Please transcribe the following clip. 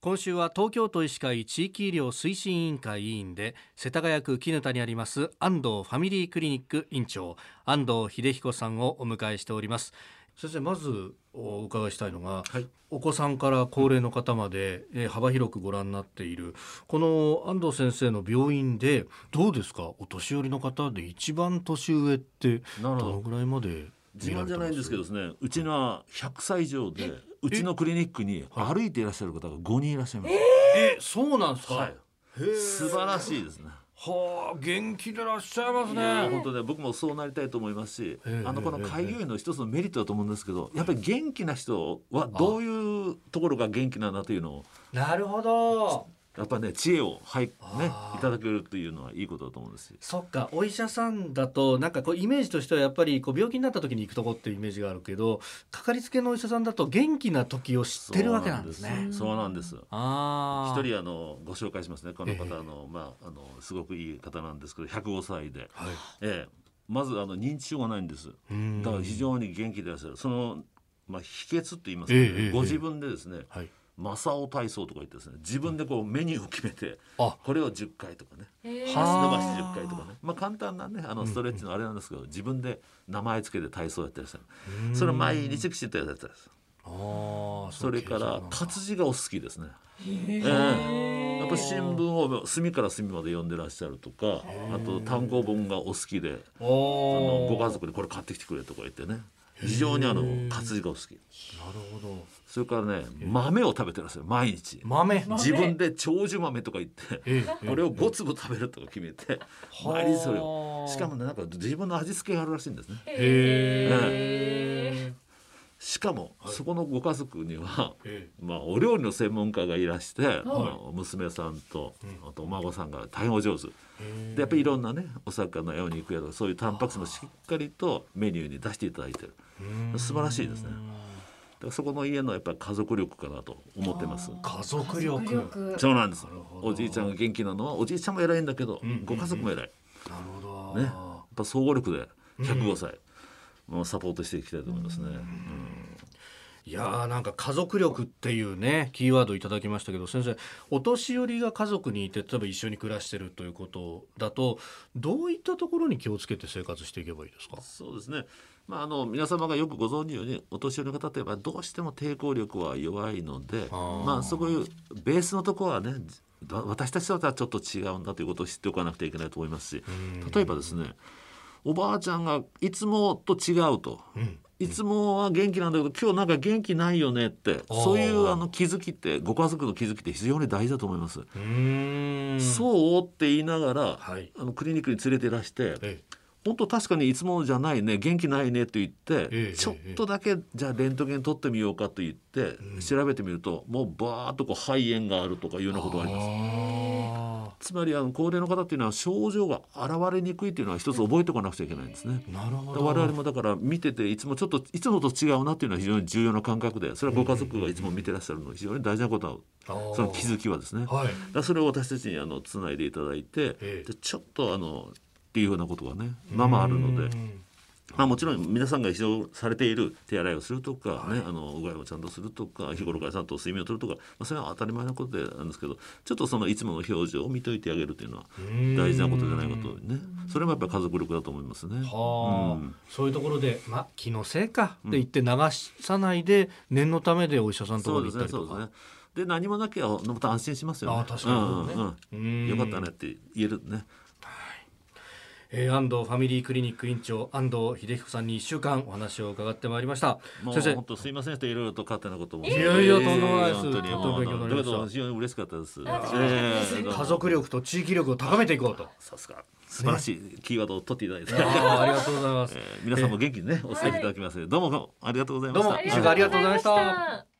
今週は東京都医師会地域医療推進委員会委員で世田谷区絹田にあります安藤ファミリークリニック院長安藤秀彦さんをお迎えしております先生まずお伺いしたいのが、はいお子さんから高齢の方まで、えー幅広くご覧になっているこの安藤先生の病院でどうですかお年寄りの方で一番年上ってなどるほどのぐらいまで自慢じゃないんですけどどですねうちのは100歳以上でうちのクリニックに歩いていらっしゃる方が5人いらっしゃいます、えそうなんですか、はいへえ素晴らしいですねはあ元気でらっしゃいますいやね本当ね僕もそうなりたいと思いますし、ええあのこのええ開業医の一つのメリットだと思うんですけど、やっぱり元気な人はどういうところが元気なんだというのをなるほどやっぱね知恵をはいねあーいただけるというのはいいことだと思うんですよそっかお医者さんだとなんかこうイメージとしてはやっぱりこう病気になった時に行くとこっていうイメージがあるけどかかりつけのお医者さんだと元気な時を知ってるわけなんですそうね。そうなんですあ一あ人あのご紹介しますねこの方ええあの、まああのすごくいい方なんですけど105歳で、はいええ、まずあの認知症がないんですうんだから非常に元気でいらっしゃるその、まあ、秘訣と言いますか、ねええええご自分でですね、はいマサオ体操とか言ってですね自分でこうメニューを決めてあこれを10回とかねえ足はあ伸ばして10回とかねまあ簡単なねあのストレッチのあれなんですけど、自分で名前つけて体操やってらっしゃるそれを毎日きちっとやってらっしゃるあーそれから活字がお好きですね。ええやっぱ新聞を隅から隅まで読んでらっしゃるとかあと単行本がお好きでああのごの家族にこれ買ってきてくれとか言ってね非常にあの活字がお好きなるほどそれからね豆を食べてらっしゃる毎日豆 自分で長寿豆とか言ってええこれを5粒食べるとか決めてえ毎日それをはあしかもねなんか自分の味付けがあるらしいんですねへえしかもそこのご家族にはえまあ、お料理の専門家がいらして、まあ娘さんとあとお孫さんが大変お上手、でやっぱりいろんなねお魚やお肉やとかそういうタンパク質もしっかりとメニューに出していただいてる素晴らしいですねだからそこの家のやっぱり家族力かなと思ってます家族力家族力そうなんですほどおじいちゃんが元気なのはおじいちゃんも偉いんだけど、ご家族も偉い、やっなるほど、ねぱ総合力で105歳、もうサポートしていきたいと思いますね、いやーなんか家族力っていうねキーワードいただきましたけど先生お年寄りが家族にいて例えば一緒に暮らしてるということだとどういったところに気をつけて生活していけばいいですかそうですね、まあ、あの皆様がよくご存知のようにお年寄りの方ってやっぱりどうしても抵抗力は弱いのであーまあ、そこいうベースのところはねだ私たちとはちょっと違うんだということを知っておかなくてはいけないと思いますし例えばですねおばあちゃんがいつもと違うと、いつもは元気なんだけど今日なんか元気ないよねってあーそういうあの気づきってご家族の気づきって非常に大事だと思います。うーんそうって言いながら、はいあのクリニックに連れていらして、え本当確かにいつものじゃないね元気ないねって言って、ええちょっとだけじゃあレントゲン取ってみようかと言って、調べてみるともうバーッとこう肺炎があるとかいうようなことがあります。あつまりあの高齢の方っていうのは症状が現れにくいっていうのは一つ覚えておかなくちゃいけないんですね。ーなるほ我ど々もだから見てていつもちょっといつもと違うなっていうのは非常に重要な感覚でそれはご家族がいつも見てらっしゃるのは非常に大事なことあなーその気づきはですね。はいだからそれを私たちにあのつないでいただいて、ええでちょっとあのっていうようなことがねまあまああるので、うんまあ、もちろん皆さんが非常されている手洗いをするとか、ね、あのうがいをちゃんとするとか日頃からちゃんと睡眠をとるとか、まあ、それは当たり前のことでなんですけどちょっとそのいつもの表情を見といてあげるというのは大事なことじゃないかとねそれもやっぱり家族力だと思いますね。はあ、うんそういうところで、まあ、気のせいかって言って流さないで、念のためでお医者さんとそこうにで行すったね、りそとうでかすね。で何もなきゃまた安心しますよね。あー確かにうんううんんよかったねって言えるね。えー、安藤ファミリークリニック院長安藤秀彦さんに一週間お話を伺ってまいりましたもう先生本当すいませんといろいろと勝手なことも。いやいやとんでもないです本当にとんでもなもいとんうあのでもないだけど非常に嬉しかったです。ええ家族力と地域力を高めていこうとさすが素晴らしいキーワードを取っていただいて。あーありがとうございますえー皆さんも元気にねお伝えいただきますように。どうもありがとうございました。どうも一週間ありがとうございましたありがとうございました